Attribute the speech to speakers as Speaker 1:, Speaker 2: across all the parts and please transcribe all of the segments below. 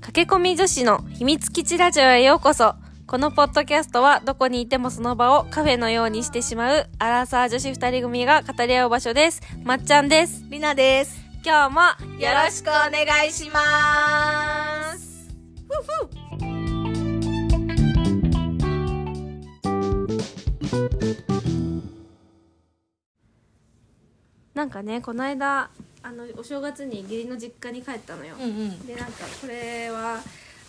Speaker 1: 駆け込み女子の秘密基地ラジオへようこそこのポッドキャストはどこにいてもその場をカフェのようにしてしまうアラサー女子二人組が語り合う場所ですまっちゃんです
Speaker 2: りなです。
Speaker 1: 今日もよろしく
Speaker 2: しくお願いします。
Speaker 1: なんかねこの間あのお正月に義理の実家に帰ったのよ、
Speaker 2: うんうん。
Speaker 1: でなんかこれは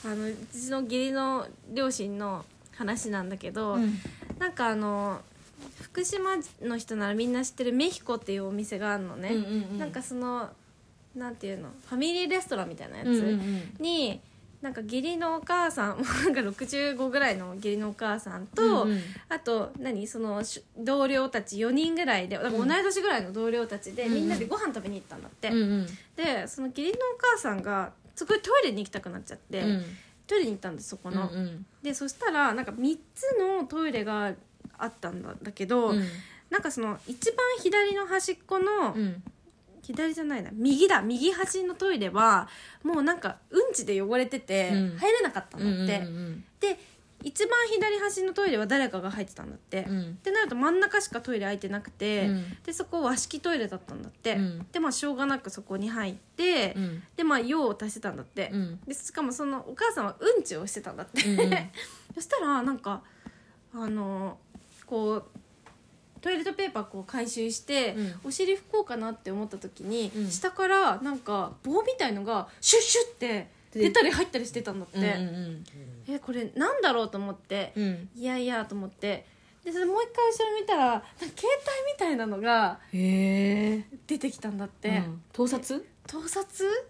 Speaker 1: あのうちの義理の両親の話なんだけど、
Speaker 2: うん
Speaker 1: なんかあの福島の人ならみんな知ってるメヒコっていうお店があるのね、
Speaker 2: うんうんうん
Speaker 1: なんかそのなんていうのファミリーレストランみたいなやつ、
Speaker 2: うんうん
Speaker 1: になんか義理のお母さんも うなんか65ぐらいの義理のお母さんと、
Speaker 2: うんうん
Speaker 1: あと何そのし同僚たち4人ぐらいでだから同い年ぐらいの同僚たちで、
Speaker 2: うんうん
Speaker 1: みんなでご飯食べに行ったんだって、
Speaker 2: うんうん
Speaker 1: でその義理のお母さんがすごいトイレに行きたくなっちゃって、トイレに行ったんですそこ
Speaker 2: こ
Speaker 1: の。
Speaker 2: うんうん
Speaker 1: でそしたらなんか3つのトイレがあったんだけど、
Speaker 2: うん
Speaker 1: なんかその一番左の端っこの、
Speaker 2: うん
Speaker 1: 左じゃないな右だ右端のトイレはもうなんかうんちで汚れてて、
Speaker 2: うん
Speaker 1: 入れなかったんだって、
Speaker 2: うん
Speaker 1: で一番左端のトイレは誰かが入ってたんだって、
Speaker 2: う
Speaker 1: っ
Speaker 2: ん
Speaker 1: てなると真ん中しかトイレ空いてなくて、
Speaker 2: うん
Speaker 1: でそこ和式トイレだったんだって、
Speaker 2: うん
Speaker 1: でまあしょうがなくそこに入って、
Speaker 2: うん
Speaker 1: でまあ用を足してたんだって、
Speaker 2: うん
Speaker 1: でしかもそのお母さんはうんちをしてたんだって、
Speaker 2: うんうん
Speaker 1: そしたらなんかあのこうトイレットペーパーこう回収して、
Speaker 2: うん
Speaker 1: お尻拭こうかなって思った時に、
Speaker 2: うん
Speaker 1: 下からなんか棒みたいのがシュッシュって出たり入ったりしてたんだって、
Speaker 2: うんうん
Speaker 1: えこれなんだろうと思って、
Speaker 2: うん
Speaker 1: いやいやと思ってでそれもう一回後ろ見たらなんか携帯みたいなのが
Speaker 2: へえ
Speaker 1: 出てきたんだって、
Speaker 2: うん盗撮
Speaker 1: 盗撮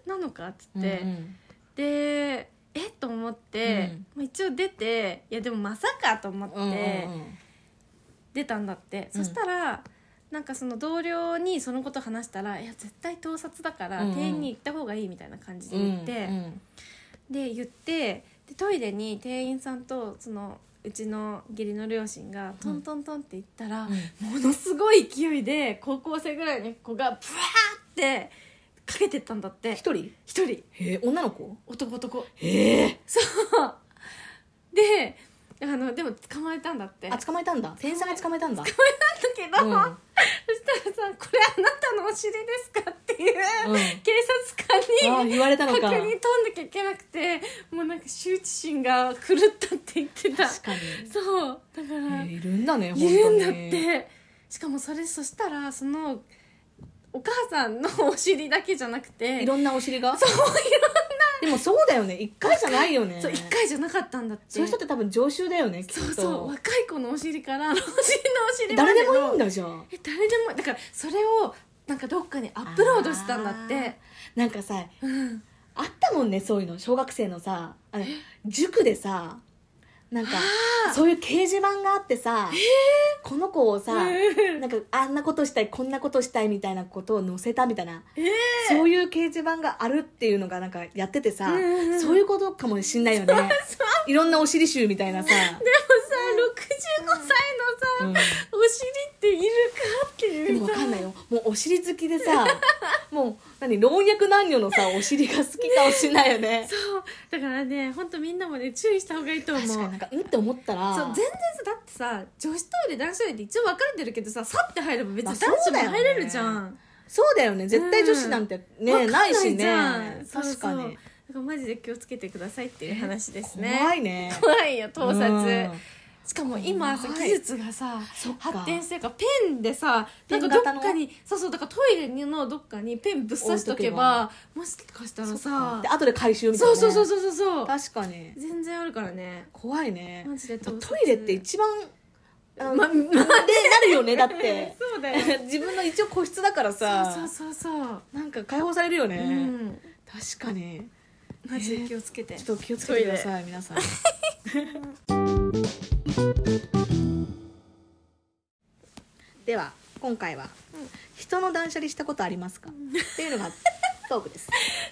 Speaker 1: なのかっつっ
Speaker 2: うん
Speaker 1: て。
Speaker 2: うん
Speaker 1: でえっと思って、
Speaker 2: うん
Speaker 1: まあ一応出ていやでもまさかと思って
Speaker 2: うんうん
Speaker 1: 出たんだって、
Speaker 2: うん
Speaker 1: そしたらなんかその同僚にそのこと話したら「いや絶対盗撮だから
Speaker 2: うんうん
Speaker 1: 店員に行った方がいい」みたいな感じで
Speaker 2: うん
Speaker 1: 言って、
Speaker 2: うん
Speaker 1: で言ってでトイレに店員さんとそのうちの義理の両親がトントントンって行ったら、ものすごい勢いで高校生ぐらいの子がブワーってかけてったんだって
Speaker 2: 一人
Speaker 1: 一人
Speaker 2: へえ女の子
Speaker 1: 男男
Speaker 2: へえ
Speaker 1: であのでも捕まえたんだって
Speaker 2: あ捕まえたんだ店員さんが捕まえたんだ
Speaker 1: だけど、
Speaker 2: うん
Speaker 1: そしたらさ「これあなたのお尻ですか?」っていう、
Speaker 2: うん
Speaker 1: 警察
Speaker 2: あ
Speaker 1: 官
Speaker 2: ー
Speaker 1: に
Speaker 2: 言われたの
Speaker 1: 確
Speaker 2: か
Speaker 1: 認飛んなきゃいけなくてもうなんか羞恥心が狂ったって言ってた
Speaker 2: 確かに
Speaker 1: そうだから、
Speaker 2: へえいるんだね
Speaker 1: いるんだっ
Speaker 2: 本当に
Speaker 1: てしかもそれそしたらそのお母さんのお尻だけじゃなくて
Speaker 2: いろんなお尻がそういろんなでもそうだよね一回じゃないよね
Speaker 1: そう1回じゃなかったんだって
Speaker 2: そういう人って多分常習だよねきっと
Speaker 1: そうそう若い子のお尻から老人のお尻まで
Speaker 2: 誰
Speaker 1: の
Speaker 2: でもいいんだじゃあ
Speaker 1: え誰でもだからそれをなんかどっかにアップロードしたんだっ
Speaker 2: あ
Speaker 1: て
Speaker 2: ーなんかさ
Speaker 1: うん
Speaker 2: あったもんねそういうの小学生のさあれ塾でさなんかそういう掲示板があってさ、この子をさ
Speaker 1: うん
Speaker 2: なんかあんなことしたいこんなことしたいみたいなことを載せたみたいな、
Speaker 1: え
Speaker 2: そういう掲示板があるっていうのがなんかやっててさ、
Speaker 1: うんうんうん
Speaker 2: そういうことかもしんないよね いろんなお尻集みたいなさ、
Speaker 1: でもさ65歳のさ、
Speaker 2: うん
Speaker 1: お尻っているかって
Speaker 2: で
Speaker 1: いう
Speaker 2: も分かんないよもうお尻好きでさ もう何老若男女のさお尻が好きかもしんないよね
Speaker 1: そうだからね本当みんなもね注意した方がいいと思う
Speaker 2: 確
Speaker 1: そ
Speaker 2: か
Speaker 1: う
Speaker 2: になんかうんって思ったら
Speaker 1: 全然さだってさ女子トイレ男子トイレって一応分かれてるけどささって入れば別
Speaker 2: まあ
Speaker 1: に
Speaker 2: そう
Speaker 1: 男
Speaker 2: だよ
Speaker 1: 子も
Speaker 2: ね
Speaker 1: 入れるじゃん、
Speaker 2: そうだよね絶対女子なんてね、
Speaker 1: わかん
Speaker 2: ないし
Speaker 1: じゃん
Speaker 2: ね確か
Speaker 1: そうそう
Speaker 2: に
Speaker 1: だからマジで気をつけてくださいっていう話ですね
Speaker 2: 怖い ね
Speaker 1: 怖いよ盗撮、
Speaker 2: うん
Speaker 1: しかも今さ
Speaker 2: 怖
Speaker 1: 技
Speaker 2: い
Speaker 1: 術がさ
Speaker 2: そっか
Speaker 1: 発展してるからペンでさな
Speaker 2: ペ
Speaker 1: ん
Speaker 2: ン
Speaker 1: か
Speaker 2: 型
Speaker 1: ど
Speaker 2: の
Speaker 1: っかにそうそうだからトイレのどっかにペンぶっ刺しとけばもしかしたら
Speaker 2: そっ
Speaker 1: さ
Speaker 2: かで後で回収みたい
Speaker 1: そ
Speaker 2: な、
Speaker 1: う
Speaker 2: ね、
Speaker 1: そうそうそうそうそう
Speaker 2: 確かに
Speaker 1: 全然あるからね
Speaker 2: 怖いね
Speaker 1: マジで盗
Speaker 2: ト
Speaker 1: 撮
Speaker 2: イレって一番あの
Speaker 1: まま
Speaker 2: でなるよねだっ て
Speaker 1: そうだよ
Speaker 2: 自分の一応個室だからさ
Speaker 1: そうそうそうそう
Speaker 2: なんか解放されるよね、
Speaker 1: うん
Speaker 2: 確かに
Speaker 1: マジで気をつけて
Speaker 2: ちょっと気をつけてください 皆さんでは今回は、人の断捨離したことありますかっていうの がトークです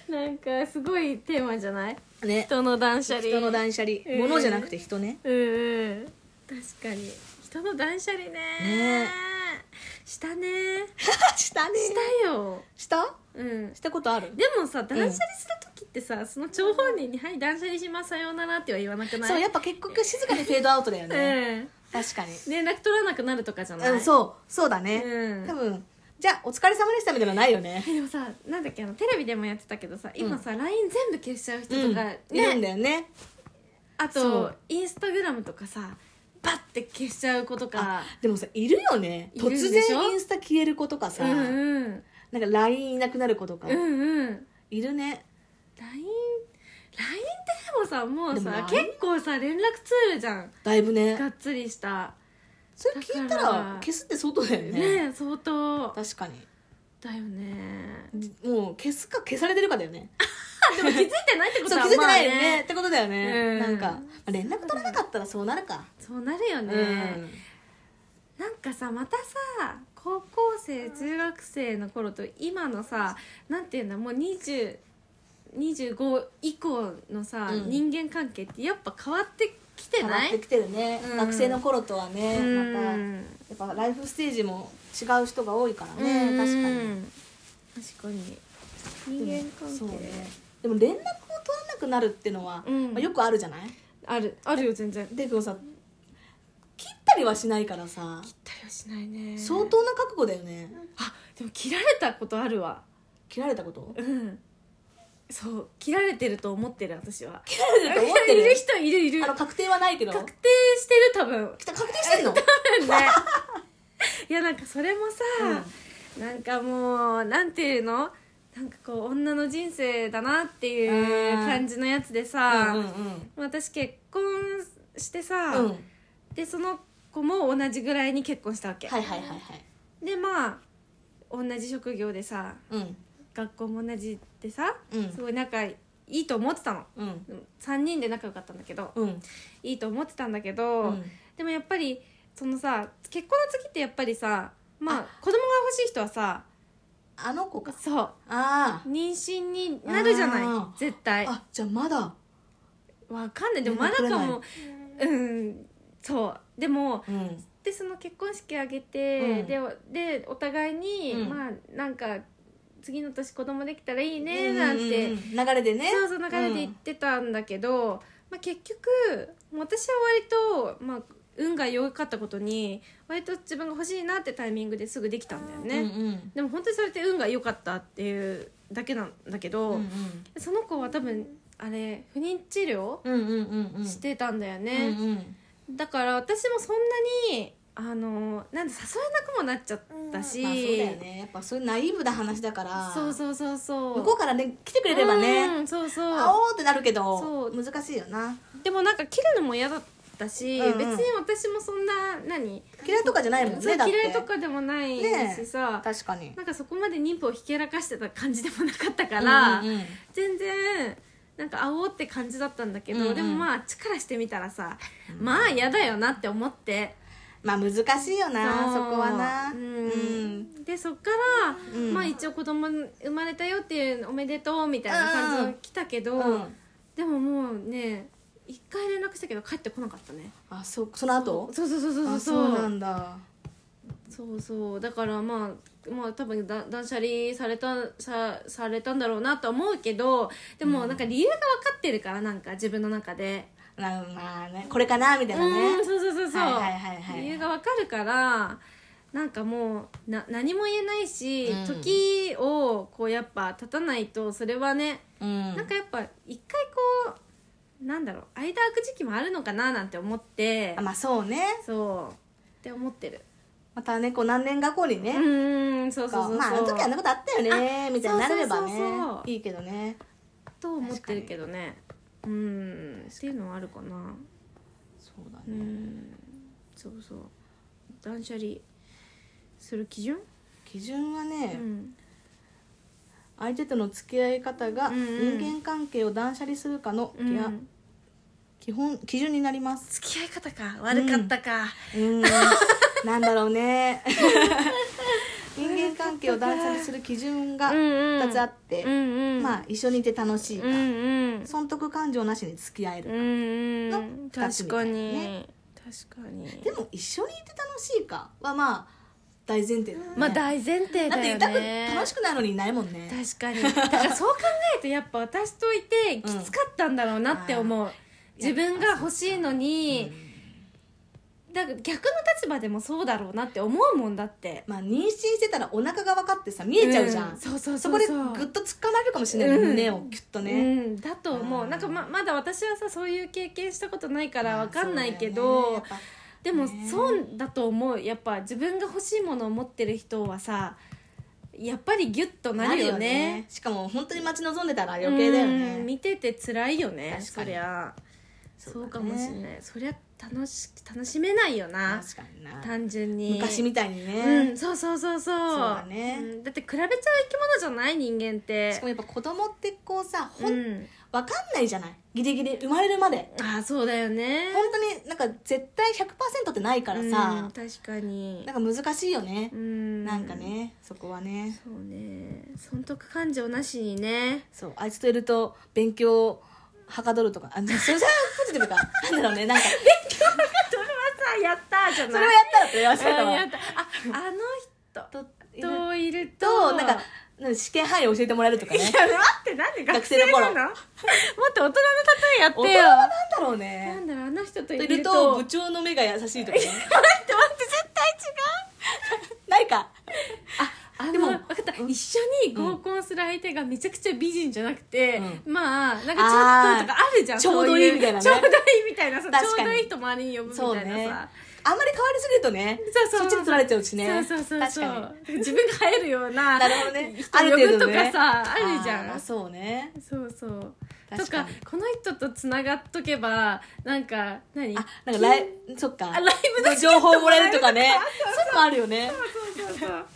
Speaker 1: なんかすごいテーマじゃない
Speaker 2: ね
Speaker 1: 人の断捨離
Speaker 2: 人の断捨離、
Speaker 1: うん
Speaker 2: 物じゃなくて人ね
Speaker 1: うんうん確かに人の断捨離ね
Speaker 2: ね
Speaker 1: したね
Speaker 2: した ね
Speaker 1: したよ
Speaker 2: した
Speaker 1: うん
Speaker 2: したことある
Speaker 1: でもさ断捨離する時っってさその張本人に「はい断捨離しますさようなら」っては言わなくない
Speaker 2: そうやっぱ結局静かにフェードアウトだよね
Speaker 1: うん
Speaker 2: 確かに、
Speaker 1: 連絡取らなくなるとかじゃない、
Speaker 2: うん、そうそうだね、
Speaker 1: うん
Speaker 2: 多分じゃあお疲れ様でしたみたいなのないよね
Speaker 1: えでもさなんだっけあのテレビでもやってたけどさ今さ、LINE 全部消しちゃう人とか、ね
Speaker 2: いるんだよね
Speaker 1: あ
Speaker 2: そ
Speaker 1: と
Speaker 2: う
Speaker 1: インスタグラムとかさバッて消しちゃう子とか
Speaker 2: でもさいるよね
Speaker 1: いるん
Speaker 2: 突
Speaker 1: でしょ
Speaker 2: 然インスタ消える子とかさ、
Speaker 1: うんうん
Speaker 2: なんか LINE いなくなる子とか、
Speaker 1: うんうん
Speaker 2: いるね
Speaker 1: LINE LINE ってでもさもう
Speaker 2: でも
Speaker 1: さ
Speaker 2: LINE
Speaker 1: 結構さ連絡ツールじゃん
Speaker 2: だいぶね
Speaker 1: がっつりした
Speaker 2: それ聞いた
Speaker 1: だ
Speaker 2: ら
Speaker 1: から
Speaker 2: 消すって相当だよね
Speaker 1: ねえ相当
Speaker 2: 確かに
Speaker 1: だよね
Speaker 2: じもう消すか消されてるかだよね
Speaker 1: でも気づいてないってこと
Speaker 2: そう
Speaker 1: は
Speaker 2: 気づいて
Speaker 1: まあ
Speaker 2: ないよね,、ってことだよね、
Speaker 1: うん
Speaker 2: なんかまあ連絡取らなかったらそうなるか、
Speaker 1: そうなるよね、
Speaker 2: うん
Speaker 1: なんかさまたさ高校生中学生の頃と今のさなんていうんだもう20 25以降のさ、
Speaker 2: うん
Speaker 1: 人間関係ってやっぱ変わってきて
Speaker 2: 変わ
Speaker 1: な
Speaker 2: っ
Speaker 1: い
Speaker 2: てきてるね、
Speaker 1: うん
Speaker 2: 学生の頃とはね、またや
Speaker 1: ん
Speaker 2: っぱライフステージも違う人が多いからね、
Speaker 1: うん
Speaker 2: 確かに
Speaker 1: 確かに人間関係
Speaker 2: そうねでも連絡を取らなくなるってのは、
Speaker 1: うん
Speaker 2: まあ、よくあるじゃない
Speaker 1: あるあるよ全然切っ
Speaker 2: でこうさ切ったりはしないからさ
Speaker 1: たりはしないね
Speaker 2: 相当な覚悟だよね
Speaker 1: あでも切られたことあるわ
Speaker 2: 切られた こと
Speaker 1: うんそう切られてると思ってる私は
Speaker 2: 切られたと思って
Speaker 1: いる
Speaker 2: る
Speaker 1: 人いるいる
Speaker 2: あの
Speaker 1: 確
Speaker 2: 確定はないけど
Speaker 1: 定してる多分
Speaker 2: きた確定して んの、
Speaker 1: ねいやなんかそれもさ、なんかもうなんていうのなんかこう女の人生だなっていう
Speaker 2: うん
Speaker 1: 感じのやつでさ、
Speaker 2: うんうん
Speaker 1: 私結婚してさ、
Speaker 2: うん、うん、はい
Speaker 1: でその子も同じぐらいに結婚したわけ、
Speaker 2: はいはいはい
Speaker 1: でまあ同じ職業でさ
Speaker 2: うん
Speaker 1: 学校も同じでさ、
Speaker 2: うん
Speaker 1: すごい仲いいと思ってたの
Speaker 2: うん
Speaker 1: 3人で仲良かったんだけど
Speaker 2: うん
Speaker 1: いいと思ってたんだけど、
Speaker 2: うん
Speaker 1: でもやっぱりそのさ結婚の次ってやっぱりさまあ子供が欲しい人はさ
Speaker 2: あの子か
Speaker 1: そう
Speaker 2: あー
Speaker 1: 妊娠になるじゃ
Speaker 2: あ
Speaker 1: な
Speaker 2: ー
Speaker 1: い絶対
Speaker 2: あじゃあまだ
Speaker 1: わかんないでもまだかもうんそうでも
Speaker 2: うん
Speaker 1: でその結婚式あげて、
Speaker 2: うん
Speaker 1: でおでお互いに、
Speaker 2: うん
Speaker 1: まあなんか次の年子供できたらいいねなんて、
Speaker 2: うんうんうん流れでね
Speaker 1: そうそう流れで言ってたんだけど、まあ、結局私は割と、まあ、運が良かったことに割と自分が欲しいなってタイミングですぐできたんだよね、
Speaker 2: うんうん
Speaker 1: でも本当にそれって運が良かったっていうだけなんだけど、
Speaker 2: うん
Speaker 1: その子は多分あれ不妊治療
Speaker 2: うんうんうんうん
Speaker 1: してたんだよね、
Speaker 2: うんうん
Speaker 1: だから私もそんなにあのなんで誘えなくもなっちゃったし、
Speaker 2: まあそうだよねやっぱそういうナイーブな話だから
Speaker 1: そうそうそうそう
Speaker 2: 向こうからね来てくれればね
Speaker 1: うんそうそう
Speaker 2: あおーってなるけ
Speaker 1: そ
Speaker 2: ど
Speaker 1: う
Speaker 2: 難しいよな
Speaker 1: でもなんか切るのも嫌だったし、
Speaker 2: うんうん
Speaker 1: 別に私もそんな何
Speaker 2: 嫌いとかじゃないもん
Speaker 1: そう
Speaker 2: ねだって
Speaker 1: 嫌いとかでもない
Speaker 2: ねえ
Speaker 1: しさ、
Speaker 2: 確かに
Speaker 1: なんかそこまで妊婦をひけらかしてた感じでもなかったから、
Speaker 2: うんうんうん
Speaker 1: 全然なんかあおうって感じだったんだけど、
Speaker 2: うんうん
Speaker 1: でもまああっちからしてみたらさ、まあ嫌だよなって思って。
Speaker 2: まあ難しいよなそうこはな
Speaker 1: う
Speaker 2: うん
Speaker 1: ん、でそっから、
Speaker 2: うん
Speaker 1: まあ一応子供生まれたよっていうおめでとうみたいな感じ
Speaker 2: うん
Speaker 1: の来たけど、
Speaker 2: うん
Speaker 1: でももうね一回連絡したけど帰ってこなかったね
Speaker 2: あそその後
Speaker 1: そうそうそうそうそう
Speaker 2: あそうなんだ
Speaker 1: そうそうだからまあまあ多分だ断捨離されたさされたんだろうなとは思うけどでもなんか理由が分かってるからなんか自分の中で、
Speaker 2: なまあねこれかなみたいなね
Speaker 1: うんそうそうそうそう、
Speaker 2: はいはいはいはい
Speaker 1: 理由がわかるからなんかもうな何も言えないし、
Speaker 2: うん
Speaker 1: 時をこうやっぱ立たないとそれはね、
Speaker 2: うん
Speaker 1: なんかやっぱ一回こうなんだろう間空く時期もあるのかななんて思って
Speaker 2: あまあそうね
Speaker 1: そうって思ってる
Speaker 2: またねこう何年か後にね
Speaker 1: うーんそうそうそうそう、
Speaker 2: まああの時あんなことあったよねみたいになれればね
Speaker 1: そうそうそうそう
Speaker 2: いいけどね
Speaker 1: と思ってるけどねうんっていうのはあるかな
Speaker 2: そうだ
Speaker 1: う
Speaker 2: ね
Speaker 1: んそうそう断捨離する基準
Speaker 2: 基準はね、
Speaker 1: うん
Speaker 2: 相手との付き合い方が
Speaker 1: うんうん
Speaker 2: 人間関係を断捨離するかの、いや
Speaker 1: うん
Speaker 2: 基本基準になります
Speaker 1: 付き合い方か悪かったか、
Speaker 2: うーんなんだろうね人間関係を断捨離する基準が
Speaker 1: うんうん
Speaker 2: 2つあって、
Speaker 1: うんうん
Speaker 2: まあ一緒にいて楽しいか、
Speaker 1: うんうん
Speaker 2: 損得感情なしに付き合え
Speaker 1: う
Speaker 2: る、
Speaker 1: んう
Speaker 2: の
Speaker 1: ん
Speaker 2: 二
Speaker 1: 確
Speaker 2: つみた
Speaker 1: か
Speaker 2: いな
Speaker 1: に、
Speaker 2: ね
Speaker 1: 確かに
Speaker 2: でも一緒にいて楽しいかはまあ大前提だよね
Speaker 1: まあ大前提
Speaker 2: だっ
Speaker 1: だ
Speaker 2: て
Speaker 1: よ
Speaker 2: 歌く
Speaker 1: ね
Speaker 2: 楽しくないのにないもんね
Speaker 1: 確かにだからそう考えてやっぱ私といてきつかったんだろうなって思う、自分が欲しいのに、だから逆の立場でもそうだろうなって思うもんだって
Speaker 2: まあ妊娠してたらお腹が分かってさ見えちゃうじゃん、
Speaker 1: うんそうそう
Speaker 2: そ
Speaker 1: そう
Speaker 2: こで
Speaker 1: う
Speaker 2: グッと突っかまれるかもしれない、
Speaker 1: うん
Speaker 2: 胸をキュッとね、
Speaker 1: うん、だと思
Speaker 2: あ
Speaker 1: う
Speaker 2: ー
Speaker 1: なんかままだ私はさそういう経験したことないからわかんないけ
Speaker 2: そう
Speaker 1: ど、
Speaker 2: だよねやっ
Speaker 1: でも
Speaker 2: ね
Speaker 1: そうだと思うやっぱ自分が欲しいものを持ってる人はさやっぱりギュッと
Speaker 2: ぱ
Speaker 1: なるよね
Speaker 2: しかも本当に待ち望んでたら余計だよね、
Speaker 1: うん見てて辛いよね
Speaker 2: 確かに
Speaker 1: そりゃ
Speaker 2: そ
Speaker 1: そうう,、
Speaker 2: だね
Speaker 1: かもしれないそりゃ楽し楽しめないよな
Speaker 2: 確かにな
Speaker 1: 単純に
Speaker 2: 昔みたいにね、
Speaker 1: うんそうそうそうそう
Speaker 2: そうだね
Speaker 1: んだって比べちゃう生き物じゃない人間って
Speaker 2: しかもやっぱ子供ってこうさほん、
Speaker 1: うん
Speaker 2: わかんないじゃないギリギリ生まれるまで
Speaker 1: ああそうだよね
Speaker 2: 本当になんか絶対100%ってないから
Speaker 1: うん
Speaker 2: さ、
Speaker 1: 確かに
Speaker 2: なんか難しいよね
Speaker 1: う、ん
Speaker 2: なんかねそこはね
Speaker 1: そうね損得感情なしにね
Speaker 2: そうあいつといると勉強はかどるとかあそれそれはポジティブ かなんだろうねなんか
Speaker 1: それはさやったーじゃない
Speaker 2: それをやったらって言われ
Speaker 1: うんや
Speaker 2: た
Speaker 1: ったああの人
Speaker 2: といる
Speaker 1: といると
Speaker 2: となんかなんか試験範囲を教えてもらえるとかね
Speaker 1: いや待ってなんで学生
Speaker 2: 学生の頃
Speaker 1: なのもっと大人の例えやって
Speaker 2: 大
Speaker 1: よ
Speaker 2: 人はなんだろ
Speaker 1: な
Speaker 2: うね
Speaker 1: んだろうあの人と
Speaker 2: と
Speaker 1: い
Speaker 2: い
Speaker 1: る
Speaker 2: る
Speaker 1: と
Speaker 2: と部長の目が優しいとかね
Speaker 1: 待って待って絶対
Speaker 2: ないか
Speaker 1: 違うあ
Speaker 2: で
Speaker 1: で
Speaker 2: も
Speaker 1: も分かった、一緒に合コンする相手がめちゃくちゃ美人じゃなくて、
Speaker 2: う
Speaker 1: まあなんかちょっととかあるじゃん
Speaker 2: あーちょうどいい
Speaker 1: そ
Speaker 2: みたいなね
Speaker 1: ちょうどいいみたいなさちょ
Speaker 2: 確かに
Speaker 1: うどいい人周りに呼ぶみた
Speaker 2: そう
Speaker 1: いな
Speaker 2: ね
Speaker 1: さ
Speaker 2: あんまり変わりすぎるとね
Speaker 1: そうそう
Speaker 2: っちに取られちゃうしね
Speaker 1: そうそうそう
Speaker 2: 確
Speaker 1: そ
Speaker 2: かに
Speaker 1: う自分が入るような
Speaker 2: なるほどね
Speaker 1: 人呼ぶとかさあ
Speaker 2: あ
Speaker 1: るじゃ
Speaker 2: ー
Speaker 1: ん
Speaker 2: そうね
Speaker 1: そうそう
Speaker 2: 確
Speaker 1: と
Speaker 2: か
Speaker 1: か
Speaker 2: に
Speaker 1: この人とつながっとけばなんか何
Speaker 2: あなんかライそっか
Speaker 1: あライブの
Speaker 2: 情報もらえるとかねそういうのもあるよね
Speaker 1: そうそうそう
Speaker 2: なん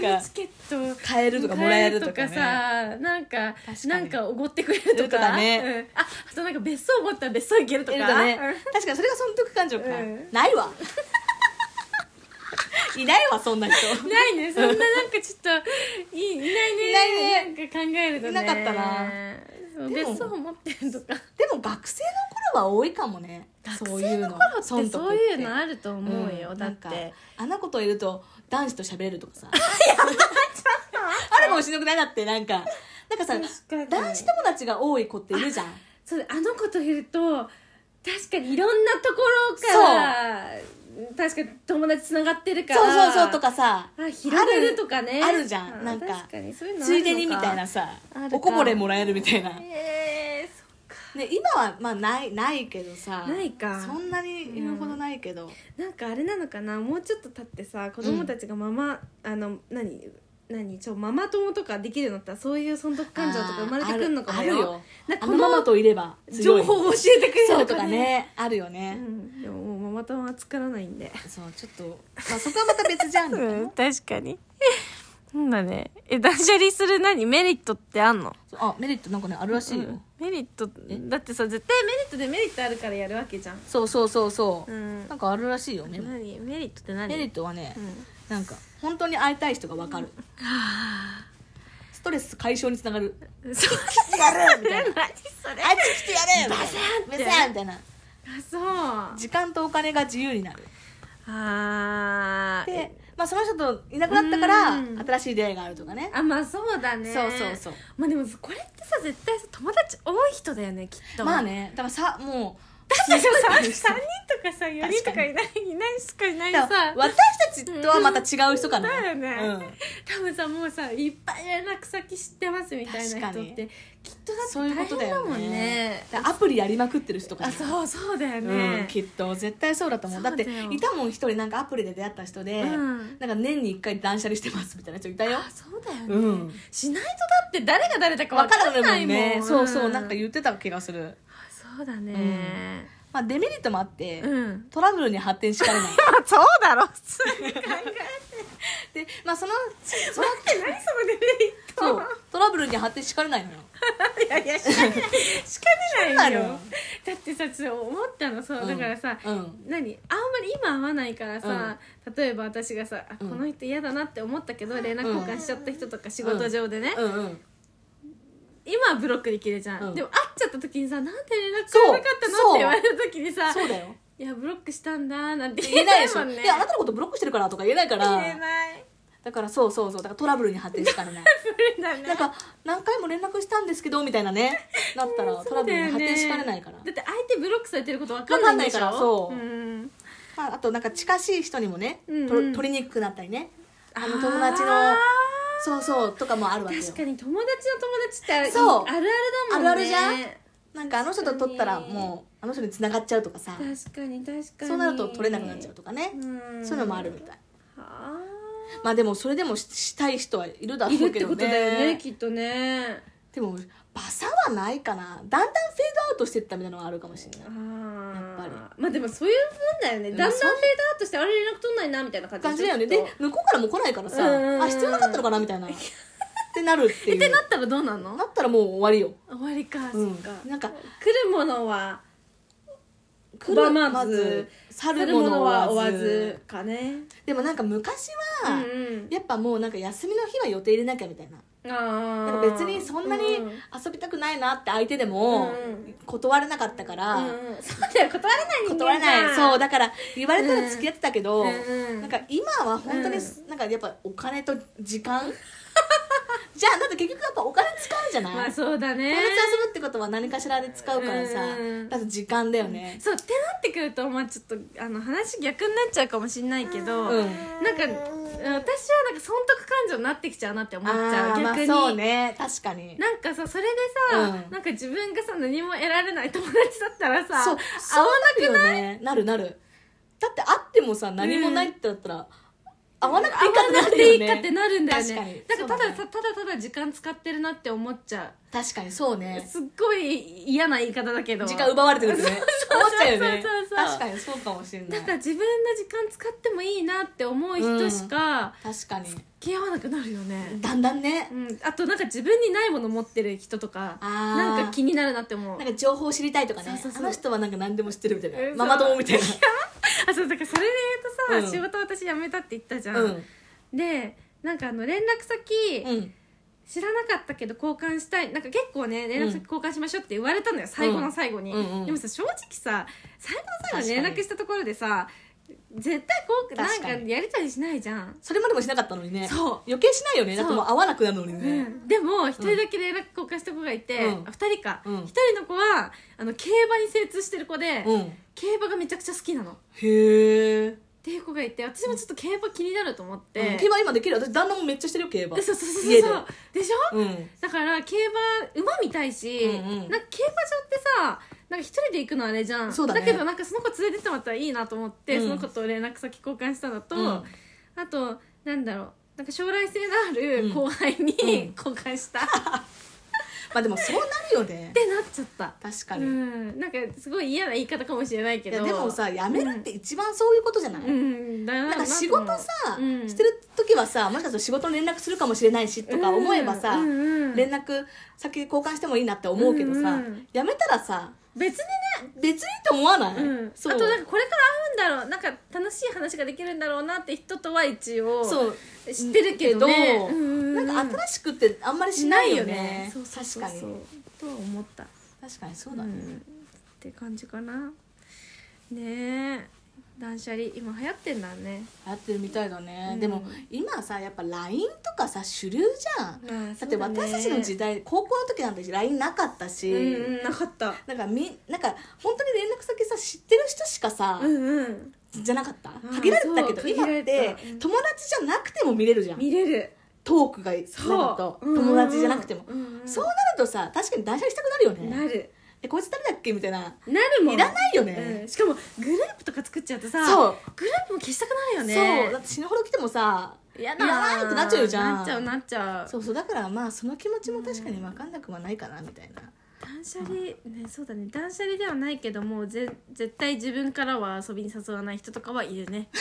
Speaker 2: か
Speaker 1: ライブチケット
Speaker 2: 買えるとかもらえるとか
Speaker 1: 買える
Speaker 2: ね
Speaker 1: とかさなんか
Speaker 2: 確かに
Speaker 1: なんかおごってくれると
Speaker 2: と
Speaker 1: か
Speaker 2: かね
Speaker 1: うんああとなんか別荘おごったら別荘行けるとか
Speaker 2: いるとね確かにそれが損得感情か、
Speaker 1: うん
Speaker 2: ないわ いないわそんな人
Speaker 1: うんないねそんななんかちょっといいいないね
Speaker 2: いないね
Speaker 1: なんか考えるとね
Speaker 2: いなかったな
Speaker 1: そう
Speaker 2: でも
Speaker 1: 別荘持ってるとか
Speaker 2: でも学生の頃は多いかもね
Speaker 1: 学生の頃って
Speaker 2: そういうの損得
Speaker 1: そういうのあると思うよ、
Speaker 2: ん
Speaker 1: だっ
Speaker 2: なんか
Speaker 1: て
Speaker 2: あの子といると男子と喋れるとか さあるかもしれなくないだってなんかなんかさ
Speaker 1: 確かに
Speaker 2: 男子友達が多い子っているじゃん
Speaker 1: そうあの子といると確かにいろんなところから確かに友達つながってるか
Speaker 2: そう
Speaker 1: ら
Speaker 2: そうそうとかさ
Speaker 1: あ広げるとかね
Speaker 2: あるあるじゃん
Speaker 1: あ
Speaker 2: なんか
Speaker 1: 確にそういうのある
Speaker 2: つ
Speaker 1: の
Speaker 2: いでにみたいなさ
Speaker 1: あるか
Speaker 2: おこぼれもらえるみたいな、ね、
Speaker 1: えー、そっか
Speaker 2: 今はまあないないけどさ
Speaker 1: ないか
Speaker 2: そんなに言うほどないけど、
Speaker 1: なんかあれなのかなもうちょっと経ってさ子供たちがママ、あの何何ちょママ友とかできるようになったらそういう損得感情とか生まれてくるのかも
Speaker 2: あある
Speaker 1: よ
Speaker 2: よ
Speaker 1: なん
Speaker 2: あ
Speaker 1: かこ
Speaker 2: のママ
Speaker 1: の
Speaker 2: といれば強
Speaker 1: 情
Speaker 2: い
Speaker 1: 報を教えてくれ
Speaker 2: そう
Speaker 1: る
Speaker 2: とかねあるよね
Speaker 1: う、ん、でももうママ友は作らないんで
Speaker 2: そうちょっと、まあ、そこはまた別じゃん
Speaker 1: うん、確かに。なんだね。え、断捨離する何メリットってあんの
Speaker 2: あメリットなんかねあるらしいよ、
Speaker 1: うんメリット
Speaker 2: え、
Speaker 1: だってさ、絶対メリットでメリットあるからやるわけじゃん。
Speaker 2: そうそうそうそう、
Speaker 1: うん
Speaker 2: なんかあるらしいよメモ
Speaker 1: 何メリットって何
Speaker 2: メリッ
Speaker 1: ッ
Speaker 2: トはね、
Speaker 1: うん
Speaker 2: なんか本当に会いたい人がわかる、ストレス解消につながる
Speaker 1: そう。
Speaker 2: やるみたい
Speaker 1: 何そ
Speaker 2: な
Speaker 1: れ
Speaker 2: あいつ来てやれよバサン
Speaker 1: って
Speaker 2: バサンみたいな
Speaker 1: あ、そう。
Speaker 2: 時間とお金が自由になる
Speaker 1: あー。
Speaker 2: で、まあ、その人といなくなったから
Speaker 1: うん
Speaker 2: 新しい出会いがあるとかね
Speaker 1: あ、まあそうだね。
Speaker 2: そうそうそう。
Speaker 1: まあでも、これってさ、絶対さ友達多い人だよね、きっと。
Speaker 2: まあ。ねだからさもう
Speaker 1: だってさ、3人とかさ、4人とかいない、いないしかいない
Speaker 2: だ
Speaker 1: さ
Speaker 2: か。ら私たちとはまた違う人かな、
Speaker 1: だよね、
Speaker 2: うん
Speaker 1: 多分さもうさいっぱい連絡先知ってますみたいな
Speaker 2: 確か
Speaker 1: 人っ
Speaker 2: に
Speaker 1: てきっと
Speaker 2: そ
Speaker 1: だ
Speaker 2: う
Speaker 1: っ
Speaker 2: いう
Speaker 1: て
Speaker 2: こ
Speaker 1: 大
Speaker 2: と
Speaker 1: 変
Speaker 2: だ
Speaker 1: だ
Speaker 2: よ
Speaker 1: もんね
Speaker 2: ねだからアプリやりまくってる人とか
Speaker 1: あ
Speaker 2: ね
Speaker 1: そうそうだよ
Speaker 2: う
Speaker 1: ね
Speaker 2: ん、、きっと絶対そうだと思うだって
Speaker 1: そうだよ
Speaker 2: いたもん一人なんかアプリで出会った人で、
Speaker 1: うん
Speaker 2: なんか年に一回断捨離してますみたいな人いたよ
Speaker 1: あそうだよね、
Speaker 2: うん
Speaker 1: しないとだって誰が誰だか
Speaker 2: 分
Speaker 1: 分
Speaker 2: か
Speaker 1: からら
Speaker 2: な
Speaker 1: ないい
Speaker 2: も
Speaker 1: も
Speaker 2: ん
Speaker 1: ん
Speaker 2: ね、そうそうなんか
Speaker 1: あ
Speaker 2: 言ってた気がする、
Speaker 1: そうだね
Speaker 2: まあ、デメリットもあって、
Speaker 1: うん、
Speaker 2: トラブルに発展しか ねない
Speaker 1: そうだろ普通に 考えて
Speaker 2: でまあそのその
Speaker 1: 待って何そのデメリット
Speaker 2: そうトラブルに発展しかねないのよ
Speaker 1: いやいやしかね ないしかねないよ
Speaker 2: しかねないの
Speaker 1: だってさちょっと思ったのそう、
Speaker 2: うん
Speaker 1: だからさ、
Speaker 2: うん
Speaker 1: 何あんまり今会わないからさ、例えば私がさ、あ
Speaker 2: うん
Speaker 1: この人嫌だなって思ったけど連絡交換しちゃった人とか仕事上でね、
Speaker 2: うんうん
Speaker 1: 今はブロックできるじゃん、
Speaker 2: うん
Speaker 1: でも会っちゃった時にさなんで連絡く
Speaker 2: そう
Speaker 1: れなかったのって言われた時にさ
Speaker 2: そうだよ
Speaker 1: いやブロックしたんだなんて
Speaker 2: 言えないでし
Speaker 1: も
Speaker 2: ょ、
Speaker 1: んね
Speaker 2: であなたのことブロックしてるからとか言えないから
Speaker 1: 言えない
Speaker 2: だからそうそうそうだからトラブルに発展したらね
Speaker 1: それだね
Speaker 2: なんか何回も連絡したんですけどみたいなねなったらトラブルに発展しかねないから、
Speaker 1: だって相手ブロックされてることわかんないんでしょ
Speaker 2: わかんないからそう
Speaker 1: うん
Speaker 2: まあ、あとなんか近しい人にもね、と
Speaker 1: うんうん
Speaker 2: 取りにくくなったりねあの
Speaker 1: ー
Speaker 2: 友達のそうそうとかもあるわけよ
Speaker 1: 確かに友達の友達ってある
Speaker 2: そう
Speaker 1: あるあるだもんね
Speaker 2: あるあるじゃんなんかあの人と取ったら
Speaker 1: 確かに
Speaker 2: もうあの人に繋がっちゃうとかさ
Speaker 1: 確かに確かに
Speaker 2: そうなると取れなくなっちゃうとかね、
Speaker 1: うん
Speaker 2: そういうのもあるみたい
Speaker 1: は
Speaker 2: まあでもそれでもししたい人はいるだ
Speaker 1: あ
Speaker 2: ろ
Speaker 1: いる
Speaker 2: う
Speaker 1: っ
Speaker 2: け
Speaker 1: て
Speaker 2: どね
Speaker 1: ことだよねきっとね
Speaker 2: でもバサはないかなだんだんフェードアウトしてったみたいなのはあるかもしれない
Speaker 1: あー
Speaker 2: やっぱ
Speaker 1: まあでもそういうもんだよね
Speaker 2: ん
Speaker 1: だんだんフェー
Speaker 2: そ
Speaker 1: ド
Speaker 2: う
Speaker 1: アウトしてあれ連絡取んないなみたいな感じ
Speaker 2: 感じだよね
Speaker 1: でし
Speaker 2: で
Speaker 1: ょきっと
Speaker 2: 向こうからも来ないからさ
Speaker 1: うんうんうん
Speaker 2: あ必要なかったのかなみたいなってなるっていう
Speaker 1: ってなったらどうなの
Speaker 2: なったらもう終わりよ
Speaker 1: 終わりか、
Speaker 2: うん
Speaker 1: そっか
Speaker 2: なんか
Speaker 1: 来るものは
Speaker 2: 来
Speaker 1: 拒
Speaker 2: る
Speaker 1: まず
Speaker 2: 去
Speaker 1: 来
Speaker 2: る
Speaker 1: る
Speaker 2: も
Speaker 1: も
Speaker 2: の
Speaker 1: のは
Speaker 2: は追
Speaker 1: 追
Speaker 2: わ
Speaker 1: わ
Speaker 2: ず
Speaker 1: ずかね
Speaker 2: でもなんか昔
Speaker 1: う
Speaker 2: は、
Speaker 1: ん
Speaker 2: やっぱもうなんか休みの日は予定入れなきゃみたいな
Speaker 1: うんあ
Speaker 2: なん
Speaker 1: ー
Speaker 2: か別にそんなに
Speaker 1: うん
Speaker 2: 遊びたくないなって相手でも
Speaker 1: うん
Speaker 2: 断れなかったから、
Speaker 1: うんうんそうだよ断れない人間
Speaker 2: 断れない
Speaker 1: じゃん
Speaker 2: そうだから言われたら付き合ってたけど、
Speaker 1: うんうん
Speaker 2: なんか今は本当に、
Speaker 1: う
Speaker 2: なんかやっぱお金と 時間じゃあだって結局やっぱお金使うじゃない、
Speaker 1: まあそうだね
Speaker 2: 友達と遊ぶってことは何かしらで使うからさ、
Speaker 1: うん
Speaker 2: だと時間だよね、
Speaker 1: そうってなってくるとまあちょっとあの話逆になっちゃうかもしれないけど、
Speaker 2: うん
Speaker 1: なんかうん私はなんか損得感情になってきちゃうなって思っちゃ
Speaker 2: あ
Speaker 1: う
Speaker 2: ーまあ
Speaker 1: 逆に、
Speaker 2: そうね確かに
Speaker 1: なんかさそれでさ、
Speaker 2: うん
Speaker 1: なんか自分がさ何も得られない友達だったらさ
Speaker 2: そ
Speaker 1: 合
Speaker 2: う
Speaker 1: わ
Speaker 2: そうなくないなるなるだって会ってもさ何もないってだったら、会わなくていいか
Speaker 1: な
Speaker 2: っ
Speaker 1: く
Speaker 2: てなる
Speaker 1: てい
Speaker 2: よ
Speaker 1: い
Speaker 2: ね
Speaker 1: かってなるんだよね
Speaker 2: 確かに
Speaker 1: だからただ
Speaker 2: そ
Speaker 1: ただただ時間使ってるなって思っちゃ
Speaker 2: 確かにそう
Speaker 1: う
Speaker 2: ね
Speaker 1: すっごい嫌な言い方だけど
Speaker 2: 時間奪われてくるよ ね思っちゃうよね
Speaker 1: そうそうそう
Speaker 2: 確かにそうかもしれな
Speaker 1: だ
Speaker 2: い
Speaker 1: から自分の時間使ってもいいなって思う人しか
Speaker 2: 確かに
Speaker 1: 付き合わなくなるよね、
Speaker 2: だんだんね
Speaker 1: う、ん、あとなんか自分にないもの持ってる人とか
Speaker 2: あー
Speaker 1: なんか気になるなって思う
Speaker 2: なんか情報知りたいとかね
Speaker 1: そうそうそう
Speaker 2: あの人はなんか何でも知ってるみたいな、
Speaker 1: うんそう
Speaker 2: ママ友みたい
Speaker 1: あそうだからそれで言うとさ、
Speaker 2: うん
Speaker 1: 仕事私辞めたって言ったじゃ
Speaker 2: なうん
Speaker 1: ん、でなんかあの連絡先、
Speaker 2: うん
Speaker 1: 知らなかったけど交換したいなんか結構ね連絡先交換しましょうって言われたのよ、最後の最後に、
Speaker 2: うんうん
Speaker 1: でもさ正直さ最後の最後に
Speaker 2: 確か
Speaker 1: 連
Speaker 2: に
Speaker 1: 絡したところでさ絶対こうなん
Speaker 2: 確
Speaker 1: か
Speaker 2: かに
Speaker 1: やりたりしないじゃん、
Speaker 2: それまでもしなかったのにね
Speaker 1: そう
Speaker 2: 余計しないよねだってもう会わなくなるのに
Speaker 1: う
Speaker 2: ね、
Speaker 1: ん、でも一人だけ連絡交換した子がいて、
Speaker 2: うん
Speaker 1: あ二人か、一
Speaker 2: うん
Speaker 1: 人の子はあの競馬に精通してる子で、
Speaker 2: うん
Speaker 1: 競馬がめちゃくちゃ好きなのっ
Speaker 2: へえ
Speaker 1: ていう子がいて私もちょっと競馬気になると思って、
Speaker 2: 競馬今できる私旦那もめっちゃしてるよ競馬
Speaker 1: そうそうそうそう
Speaker 2: 家で
Speaker 1: そうでしょ、
Speaker 2: うん
Speaker 1: だから競馬馬見たいし、
Speaker 2: うんうん
Speaker 1: なんか競馬場ってさなんか一人で行くのあれじゃん
Speaker 2: そうだね
Speaker 1: けどなんかその子連れてってもらったらいいなと思って、
Speaker 2: うん
Speaker 1: その子と連絡先交換したのと、
Speaker 2: うん
Speaker 1: あとなんだろうなんか将来性のあ
Speaker 2: う
Speaker 1: る
Speaker 2: ん
Speaker 1: 後輩に、
Speaker 2: うん
Speaker 1: 交換 したっ
Speaker 2: まあでもそうなるよね
Speaker 1: てなっちゃった
Speaker 2: 確か
Speaker 1: う
Speaker 2: に、い
Speaker 1: んなんかすごい嫌な言い方かもしれないけ
Speaker 2: や
Speaker 1: ど
Speaker 2: でもさ辞めるって一番そういうことじゃない、
Speaker 1: うんだ
Speaker 2: なん
Speaker 1: な
Speaker 2: か仕事さ、
Speaker 1: うん
Speaker 2: してる時はさもしかしたら仕事の連絡するかもしれないしとか思えばさ、
Speaker 1: うんうん
Speaker 2: 連絡先交換してもいいなって思うけどさ、
Speaker 1: うんうん
Speaker 2: 辞めたらさ
Speaker 1: 別にね
Speaker 2: 別にって思わない、
Speaker 1: うん、あと
Speaker 2: そう
Speaker 1: なんかこれから会うんだろうなんか楽しい話ができるんだろうなって人とは一応
Speaker 2: そう
Speaker 1: 知ってるけどね
Speaker 2: けどなんか
Speaker 1: 新
Speaker 2: 新しくってあんまりしないよね
Speaker 1: そうそうそう
Speaker 2: 確かに
Speaker 1: とは思った
Speaker 2: 確かにそう
Speaker 1: う
Speaker 2: だね、
Speaker 1: んって感じかなねえ断捨離今流行ってんだね
Speaker 2: やってるみたいだね、
Speaker 1: うん
Speaker 2: でも今さやっぱ LINE とかさ主流じゃん、
Speaker 1: だ
Speaker 2: だって私たちの時
Speaker 1: 代
Speaker 2: 代高校の時なんて LINE なかったし、
Speaker 1: うんうんなかった
Speaker 2: なんかみなんか本当に連絡先さ知ってる人しかさ、
Speaker 1: うんうん
Speaker 2: じゃなかった
Speaker 1: ー
Speaker 2: 限られてたけど
Speaker 1: そう
Speaker 2: 今っ
Speaker 1: 限られ
Speaker 2: て
Speaker 1: たうん
Speaker 2: 友達じゃなくても見れるじゃん
Speaker 1: 見れる
Speaker 2: トークがい
Speaker 1: そ
Speaker 2: な
Speaker 1: うん
Speaker 2: かと友達じゃなくても、
Speaker 1: うんうんうん
Speaker 2: そうなるとさ確かに断捨離したくなるよね
Speaker 1: なる
Speaker 2: えこいつ誰だっけみたいな
Speaker 1: なるもん
Speaker 2: いらないよ
Speaker 1: う
Speaker 2: ね
Speaker 1: ん、しかもグループとか作っちゃうとさ
Speaker 2: そう
Speaker 1: グループも消したくなるよ
Speaker 2: そう
Speaker 1: ね
Speaker 2: だって死ぬほど来てもさ
Speaker 1: 嫌
Speaker 2: いらないってなっちゃうじゃん
Speaker 1: なっちゃうなっちゃう
Speaker 2: そうそうだからまあその気持ちも確かに分かんなくはないかなみたいな、
Speaker 1: 断捨離ねそうだね断捨離ではないけどもぜ絶対自分からは遊びに誘わない人とかはいるね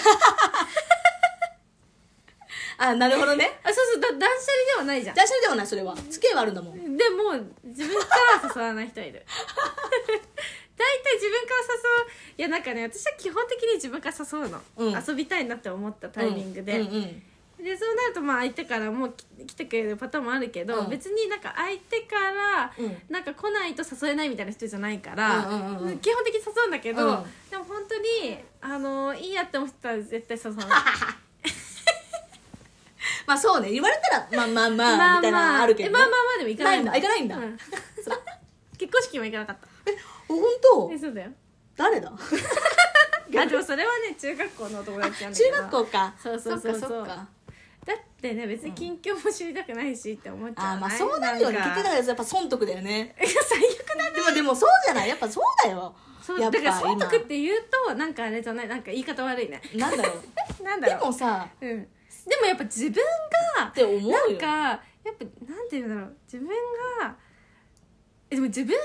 Speaker 2: あなるほどね
Speaker 1: あそうそうだ断捨離ではないじゃんで
Speaker 2: 断捨離ではないそれは付き合いはあるんだもん
Speaker 1: も自分からは誘わない人い る大体自分から誘ういやなんかね私は基本的に自分から誘うの、
Speaker 2: うん
Speaker 1: 遊びたいなって思ったタイミングで、
Speaker 2: うんうんうん
Speaker 1: でそうなるとまあ相手からもう来来てくれるパターンもあるけど、
Speaker 2: うん
Speaker 1: 別になんか相手から
Speaker 2: うん
Speaker 1: なんか来ないと誘えないみたいな人じゃないから、
Speaker 2: うんうんうんうん
Speaker 1: 基本的に誘うんだけど、
Speaker 2: うん
Speaker 1: でも本当にあのいいやって思ってたら絶対誘わない
Speaker 2: まあそうね言われたらまあまあま あみたいなのあるけど、
Speaker 1: え
Speaker 2: ね、
Speaker 1: まあまあまあでも行かない
Speaker 2: ないんだ行かないんだ
Speaker 1: うん結婚式も行かなかった
Speaker 2: 本当
Speaker 1: えそうだよ
Speaker 2: 誰だ
Speaker 1: あでもそれはね中学校のお友達なんだ
Speaker 2: 中
Speaker 1: けど
Speaker 2: 学校か
Speaker 1: そうそうそうそう
Speaker 2: っかっか
Speaker 1: だってね別に近況も知りたくないしって思っちゃう、
Speaker 2: あーまあそうなるよね
Speaker 1: ん
Speaker 2: 結
Speaker 1: か
Speaker 2: 局だからやっぱ損得だよね
Speaker 1: 最悪だ
Speaker 2: でもでもそうじゃないやっぱそうだよ
Speaker 1: そう
Speaker 2: や
Speaker 1: だ
Speaker 2: っぱ
Speaker 1: から損得
Speaker 2: 今
Speaker 1: って言うとなんかあれじゃないなんか言い方悪いね
Speaker 2: なんだろ
Speaker 1: なん
Speaker 2: う
Speaker 1: だ
Speaker 2: で
Speaker 1: ろう
Speaker 2: もさ
Speaker 1: うん、でもやっぱ自分が
Speaker 2: って思うよ
Speaker 1: なんかやっぱなんて言うんだろう自分がえでも自分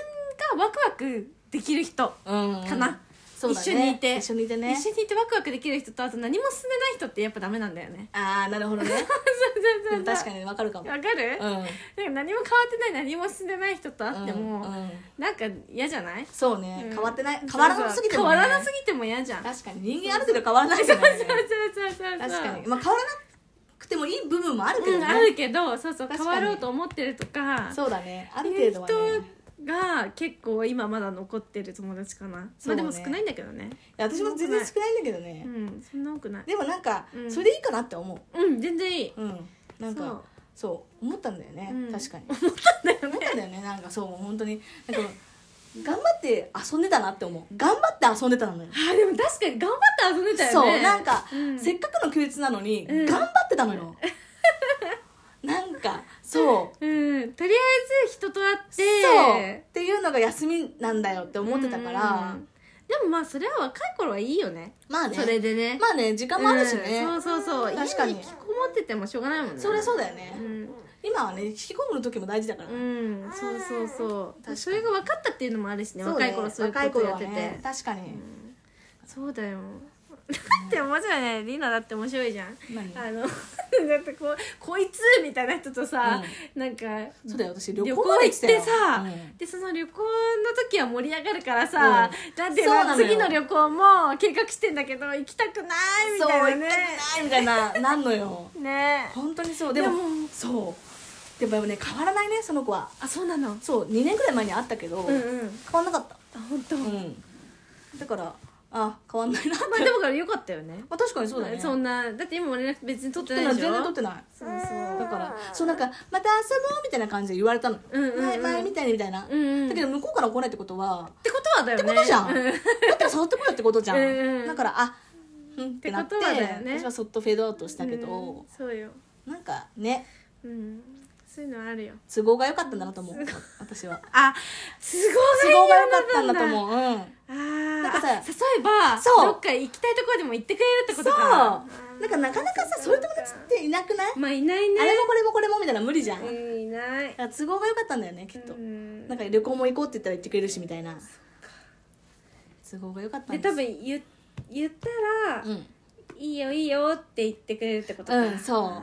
Speaker 1: がワクワクできる人
Speaker 2: うん
Speaker 1: かな、
Speaker 2: そうだね
Speaker 1: 一緒にいて
Speaker 2: 一緒にいてね
Speaker 1: 一緒にいてワクワクできる人とあと何も進めない人ってやっぱダメなんだよね
Speaker 2: ああなるほどね
Speaker 1: そうそうそう
Speaker 2: で
Speaker 1: そう
Speaker 2: も確かにわ かるかも
Speaker 1: わかる、
Speaker 2: うん
Speaker 1: なんか何も変わってない何も進んでない人と会っても、
Speaker 2: うんうん
Speaker 1: なんか嫌じゃない、
Speaker 2: そうね
Speaker 1: うん
Speaker 2: 変わってない変わらなすぎてもね
Speaker 1: 変わらなすぎても嫌じゃん
Speaker 2: 確かに人間ある程度変わらないじゃない
Speaker 1: そうそうそうそう
Speaker 2: 確かにまあ変わらなくてもいい部分もあるけ
Speaker 1: う
Speaker 2: ど
Speaker 1: ん、
Speaker 2: ね
Speaker 1: あるけどそうそう
Speaker 2: 確
Speaker 1: 変
Speaker 2: かに
Speaker 1: わろうと思ってるとか
Speaker 2: そうだねあ
Speaker 1: あ
Speaker 2: る程度はね
Speaker 1: いう人が結構今まだ残ってる友達かな、
Speaker 2: そ
Speaker 1: ま
Speaker 2: う
Speaker 1: あ
Speaker 2: ね
Speaker 1: でも少ないんだけどね
Speaker 2: いや私も全然少ないんだけどね
Speaker 1: うんそんな多くない
Speaker 2: でもなんか
Speaker 1: うん
Speaker 2: それでいいかなって思う
Speaker 1: うん全然いい
Speaker 2: うんなん
Speaker 1: そ
Speaker 2: か
Speaker 1: う
Speaker 2: そう思ったんだよね
Speaker 1: うん
Speaker 2: 確かに思ったんだよね思ったんだよねなんかそう本当になんか頑張って遊んでたなって思う頑張って遊んでたのよ
Speaker 1: あーでも確かに頑張って遊んでたよ
Speaker 2: そ
Speaker 1: ね
Speaker 2: うなんか、
Speaker 1: うん
Speaker 2: せっかくの休日なのに、
Speaker 1: うん
Speaker 2: 頑張ってた のよなんかそう
Speaker 1: うんとりあえず人と会って
Speaker 2: そうっていうのが休みなんだよって思ってたから、
Speaker 1: うんでもまあそれは若い頃はいいよね
Speaker 2: まあね
Speaker 1: それでね
Speaker 2: まあね時間もあるしね、
Speaker 1: うんそうそうそう
Speaker 2: 確かに
Speaker 1: 家に引きこもっててもしょうがないもんね
Speaker 2: それそうだよね、
Speaker 1: うん
Speaker 2: 今はね引き込むの時も大事だから、
Speaker 1: うん、そうそうそ
Speaker 2: かに
Speaker 1: うそれが分かったっていうのもあるしね
Speaker 2: そうね
Speaker 1: 若い頃そういうことやってて、
Speaker 2: 若い頃はね確かに、
Speaker 1: そうだよだって面白いねリナだって面白いじゃん
Speaker 2: 何
Speaker 1: あの だってこうこいつみたいな人とさ、なんか
Speaker 2: そうだよ私旅
Speaker 1: 旅
Speaker 2: 行
Speaker 1: 行
Speaker 2: まで
Speaker 1: 行
Speaker 2: 来
Speaker 1: って
Speaker 2: たよ
Speaker 1: さ、
Speaker 2: うん
Speaker 1: でその旅行の時は盛り上がるからさ、
Speaker 2: うん
Speaker 1: だって
Speaker 2: そうなのよ
Speaker 1: 次の旅行も計画してんだけど行きたくないみ
Speaker 2: そう行
Speaker 1: た
Speaker 2: き
Speaker 1: いな
Speaker 2: たくな
Speaker 1: ね
Speaker 2: いみたい ななんのよ
Speaker 1: ね
Speaker 2: 本当にそうでも
Speaker 1: でも
Speaker 2: そうでもやっぱね変わらないねその子は
Speaker 1: あそうなの
Speaker 2: そう2年ぐらい前に会ったけど、
Speaker 1: うんう
Speaker 2: 変
Speaker 1: ん
Speaker 2: わんなかった
Speaker 1: あ本当、ま
Speaker 2: うん、だからあ変わんないなって、ま
Speaker 1: あ でもからよかったよね
Speaker 2: あ、確かにそうだね
Speaker 1: そんなだって今も連絡別に取って
Speaker 2: 取
Speaker 1: な
Speaker 2: ってないい
Speaker 1: でしょ
Speaker 2: 全然取ってない
Speaker 1: そうそう
Speaker 2: だからそうなんかまた遊ぼうみたいな感じで言われたの、
Speaker 1: うんうんうん
Speaker 2: 前前みたいにみたいな、
Speaker 1: うんうん
Speaker 2: だけど向こうから来ないってことはっ
Speaker 1: ってことはだよね
Speaker 2: てことじゃん、
Speaker 1: うん
Speaker 2: だったら触ってこよってことじゃん、
Speaker 1: うんうん
Speaker 2: だからあうんってなって
Speaker 1: ってことはだよね
Speaker 2: 私はそっとフェードアウトしたけ
Speaker 1: う
Speaker 2: ど
Speaker 1: ん、そうよ
Speaker 2: なんかね
Speaker 1: うんそういうのあるよ
Speaker 2: 都合が良かったんだなと思う私は
Speaker 1: あす
Speaker 2: 都
Speaker 1: ごい
Speaker 2: 合が良かったんだと
Speaker 1: う
Speaker 2: 思う、うん、
Speaker 1: あー
Speaker 2: なんかさ
Speaker 1: あ誘えば
Speaker 2: そう
Speaker 1: どっか行きたいところでも行ってくれるって
Speaker 2: そ
Speaker 1: こと
Speaker 2: う
Speaker 1: か
Speaker 2: なんかなかなかさそういう友達っていなくない
Speaker 1: まあいないね
Speaker 2: あれもこれもこれもみたいな無理じゃん、だ
Speaker 1: うんいない
Speaker 2: から都合が良かったんだよねきっと、
Speaker 1: うん
Speaker 2: なんか旅行も行こうって言ったら行ってくれるしみたいな都合が良かった
Speaker 1: で
Speaker 2: んで
Speaker 1: 多
Speaker 2: す
Speaker 1: 分言言ったら、
Speaker 2: うん
Speaker 1: いいよいいよって言ってくれるってことか
Speaker 2: うんそう
Speaker 1: あ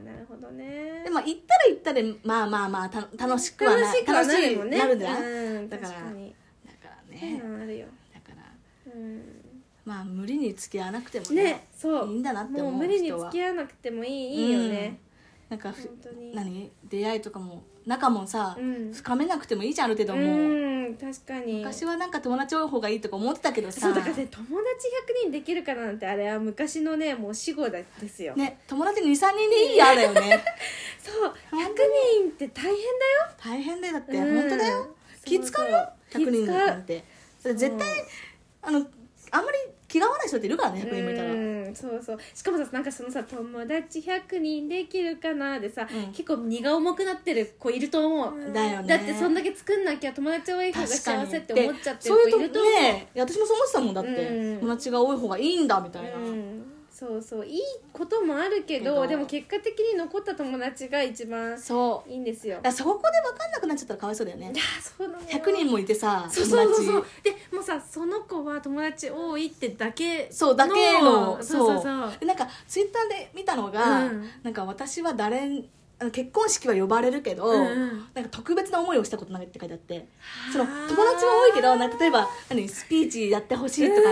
Speaker 1: ーなるほどね
Speaker 2: でも行ったら行ったでまあまあまあた楽しくはな
Speaker 1: 楽しくはなるもんね
Speaker 2: 楽しいなるんだな
Speaker 1: うん、
Speaker 2: だから
Speaker 1: 確かに
Speaker 2: だから
Speaker 1: そうい
Speaker 2: ね
Speaker 1: うのあるよ、
Speaker 2: だから
Speaker 1: うん
Speaker 2: まあ無理に付き合わなくても
Speaker 1: ねそう
Speaker 2: いいんだなって思う
Speaker 1: もう無理に
Speaker 2: 人は
Speaker 1: 付き合わなくてもいいいいよね、
Speaker 2: なんかふ
Speaker 1: 本当に
Speaker 2: 何出会いとかも仲もさ、
Speaker 1: うん
Speaker 2: 深めなくてもいいじゃんある程
Speaker 1: う
Speaker 2: 度もう、
Speaker 1: ん、確かに
Speaker 2: 昔はなんか友達多い方がいいとか思ってたけどさ
Speaker 1: そうだからね友達100人できるかなんてあれは昔のねもう死後ですよ、
Speaker 2: ね友達23人でいいやだよね
Speaker 1: そう
Speaker 2: 本
Speaker 1: 100
Speaker 2: 当
Speaker 1: 人
Speaker 2: に
Speaker 1: って大変だよ
Speaker 2: 大変だよだって、
Speaker 1: うん
Speaker 2: 本当だよ気使うよ
Speaker 1: そうそう
Speaker 2: 100人なんてそれ
Speaker 1: う
Speaker 2: 絶対あのあんまり気が合わない人っているからね100人もいたら
Speaker 1: うんそうそうしかもさなんかそのさ「友達100人できるかな」でさ、
Speaker 2: うん
Speaker 1: 結構荷が重くなってる子いると思う、
Speaker 2: だよね
Speaker 1: だってそんだけ作んなきゃ友達多い方が
Speaker 2: 確か
Speaker 1: 幸
Speaker 2: に
Speaker 1: せって思っちゃってる
Speaker 2: そうい
Speaker 1: 子いる
Speaker 2: う
Speaker 1: と
Speaker 2: と
Speaker 1: 思う
Speaker 2: ねいや私もそう思ってたもんだって、
Speaker 1: うん
Speaker 2: 友達が多い方がいいんだみたいな、
Speaker 1: うんそうそういいこともあるけど
Speaker 2: けど
Speaker 1: でも結果的に残った友達が一番
Speaker 2: そう
Speaker 1: いいんですよ
Speaker 2: だからそこで分かんなくなっちゃったらかわいそうだよね
Speaker 1: いやそうなの
Speaker 2: 100人もいてさ
Speaker 1: そうそうそうそ
Speaker 2: 友
Speaker 1: う
Speaker 2: 達
Speaker 1: でもうさその子は友達多いってだけ
Speaker 2: そうだけの
Speaker 1: そうそうそう
Speaker 2: でなんかツイッターで見たのが、
Speaker 1: うん
Speaker 2: なんか私は誰あの結婚式は呼ばれるけど、
Speaker 1: うんうん
Speaker 2: なんか特別な思いをしたことないって書いてあってその友
Speaker 1: あー
Speaker 2: 達も多いけどなんか例えば何スピーチやってほしいとか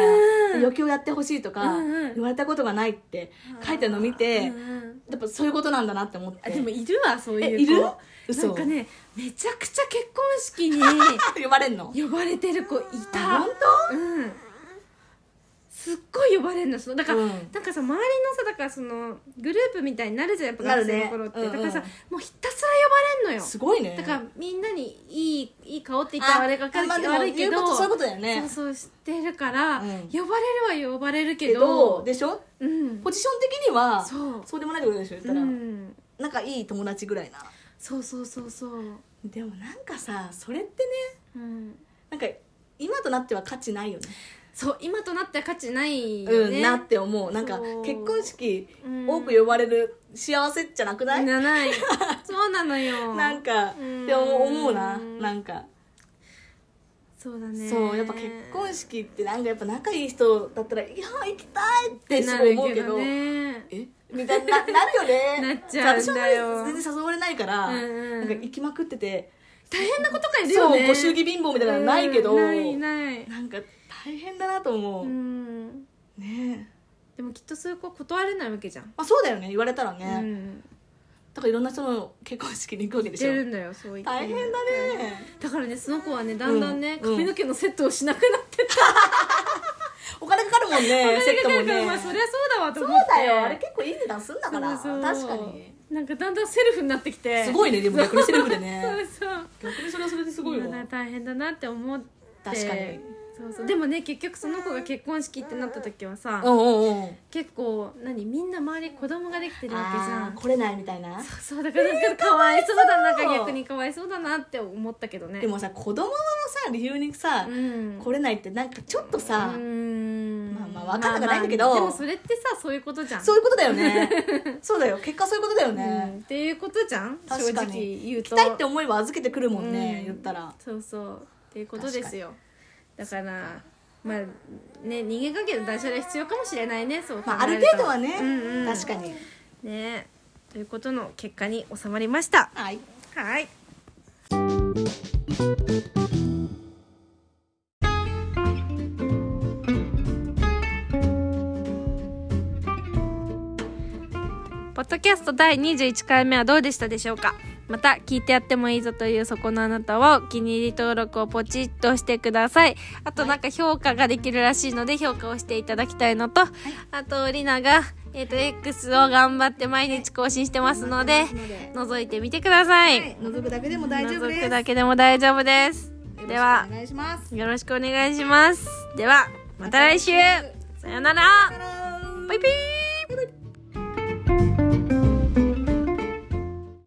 Speaker 1: うん
Speaker 2: 余興やってほしいとか
Speaker 1: うんうん
Speaker 2: 言われたことがないって書いてるの見て
Speaker 1: うんうん
Speaker 2: やっぱそういうことなんだなって思って
Speaker 1: あでもいるわそういう
Speaker 2: え
Speaker 1: 子
Speaker 2: いる
Speaker 1: な
Speaker 2: 嘘
Speaker 1: んかねめちゃくちゃ結婚式に
Speaker 2: 呼ばれんの
Speaker 1: 呼ばれてる子いた
Speaker 2: あ本
Speaker 1: うんすっごい呼ばれるのそのだから、
Speaker 2: うん
Speaker 1: なんかさ周りのさだからそのグループみたいになるじゃんやっぱ
Speaker 2: な
Speaker 1: 学
Speaker 2: るね
Speaker 1: 生の頃って、
Speaker 2: うんうん
Speaker 1: だからさもうひたすら呼ばれんのよ
Speaker 2: すごいね
Speaker 1: だからみんなにいいいい顔って言ったらあれがか
Speaker 2: あまあでも
Speaker 1: 悪いけ
Speaker 2: 言うこと
Speaker 1: ど
Speaker 2: そういうことだよね
Speaker 1: そうそう知ってるから、
Speaker 2: うん
Speaker 1: 呼ばれるは呼ばれるけ
Speaker 2: けど
Speaker 1: ど
Speaker 2: でしょ
Speaker 1: うん
Speaker 2: ポジション的には
Speaker 1: そう
Speaker 2: そうでもないってことでしょ言ったら、
Speaker 1: うん、
Speaker 2: 仲いい友達ぐらいな
Speaker 1: そうそうそうそう、
Speaker 2: でもなんかさそれってね
Speaker 1: うん、
Speaker 2: なんか今となっては価値ないよね
Speaker 1: そう今となっては価値ないよ
Speaker 2: う
Speaker 1: ね、
Speaker 2: ん、なって思うなんか
Speaker 1: そう
Speaker 2: 結婚式
Speaker 1: うん
Speaker 2: 多く呼ばれる幸せじゃなくない、
Speaker 1: な ないそうなのよ
Speaker 2: なんか
Speaker 1: うん
Speaker 2: って思うななんか、
Speaker 1: そうだね
Speaker 2: そうやっぱ結婚式ってなんかやっぱ仲いい人だったら「いや行きたい!」ってす
Speaker 1: な
Speaker 2: ご
Speaker 1: る
Speaker 2: い思う
Speaker 1: け
Speaker 2: けど
Speaker 1: どね
Speaker 2: えみたいにななるよね
Speaker 1: なっちゃうんだよ
Speaker 2: 私も全然誘われないから、
Speaker 1: うんうん
Speaker 2: なんか行きまくってて、
Speaker 1: 大変なことがいる
Speaker 2: そ
Speaker 1: よ
Speaker 2: う
Speaker 1: ね
Speaker 2: ご祝儀貧乏みたいなのないけど、
Speaker 1: うんないない
Speaker 2: なんか大変だなと思う、
Speaker 1: うん
Speaker 2: ねえ
Speaker 1: でもきっとそういう子断れないわけじゃん、
Speaker 2: まあそうだよね言われたらね、
Speaker 1: うん
Speaker 2: だからいろんな人の結婚式に行くわけでし
Speaker 1: 出
Speaker 2: ょ
Speaker 1: るんだよそういう子
Speaker 2: 大変だね
Speaker 1: だからねその子はねだんだんね、
Speaker 2: うん
Speaker 1: 髪の毛のセットをしなくなってた
Speaker 2: お金かかるもんねセットも
Speaker 1: だから まあ
Speaker 2: ね
Speaker 1: そりゃそうだわと
Speaker 2: そう
Speaker 1: 思って
Speaker 2: だよあれ結構いい値段すんだから
Speaker 1: そうそう
Speaker 2: 確かに
Speaker 1: なんかだんだんセルフになってきて
Speaker 2: すごいねでも逆にセルフで
Speaker 1: そ
Speaker 2: ね
Speaker 1: うそう
Speaker 2: 逆にそれはそれですごいわ
Speaker 1: だから大変だなって思って
Speaker 2: 確かに
Speaker 1: そうそうでもね結局その子が結婚式ってなった時はさ、
Speaker 2: うんうんうん
Speaker 1: 結構何みんな周り子供ができてるわけじゃ
Speaker 2: あ
Speaker 1: ん
Speaker 2: ー来れないみたいな
Speaker 1: そうだからなんかかわいそうだな
Speaker 2: か
Speaker 1: ん
Speaker 2: わいそう
Speaker 1: か逆にかわいそうだなって思ったけどね
Speaker 2: でもさ子供のさ理由にさ
Speaker 1: うん
Speaker 2: 来れないってなんかちょっとさ
Speaker 1: うん
Speaker 2: まあまあわかんなくないんだけど
Speaker 1: まあまあでもそれってさそういうことじゃん
Speaker 2: そういうことだよ ねそうだよ結果そういうことだよ
Speaker 1: うん
Speaker 2: ね
Speaker 1: っていうことじゃん正
Speaker 2: 確かに
Speaker 1: 直言う
Speaker 2: 来
Speaker 1: と
Speaker 2: たいって思いは預けてくるもん
Speaker 1: う
Speaker 2: ね
Speaker 1: ん
Speaker 2: 言ったら
Speaker 1: そうそうっていうことですよだからまあね逃げかける代謝が必要かもしれないねそう考
Speaker 2: まああ
Speaker 1: え
Speaker 2: る
Speaker 1: ると
Speaker 2: 程度はね
Speaker 1: うんうん
Speaker 2: 確かに
Speaker 1: ねということの結果に収まりました
Speaker 2: はい
Speaker 1: はいポッドキャスト第21回目はどうでしたでしょうかまた聞いてやってもいいぞというそこのあなたはお気に入り登録をポチッとしてくださいあとなんか評価ができるらしいので評価をしていただきたいのと、あとりなが、えっと X を頑張って毎日更新してますので覗いてみてください、
Speaker 2: はい覗くだけでも大丈夫で
Speaker 1: 覗
Speaker 2: す
Speaker 1: くだけでも大丈夫ですでは
Speaker 2: お願いします
Speaker 1: よろしくお願いしますではまた来週
Speaker 2: また来
Speaker 1: さよなら
Speaker 2: 拜拜
Speaker 1: バイ。ビー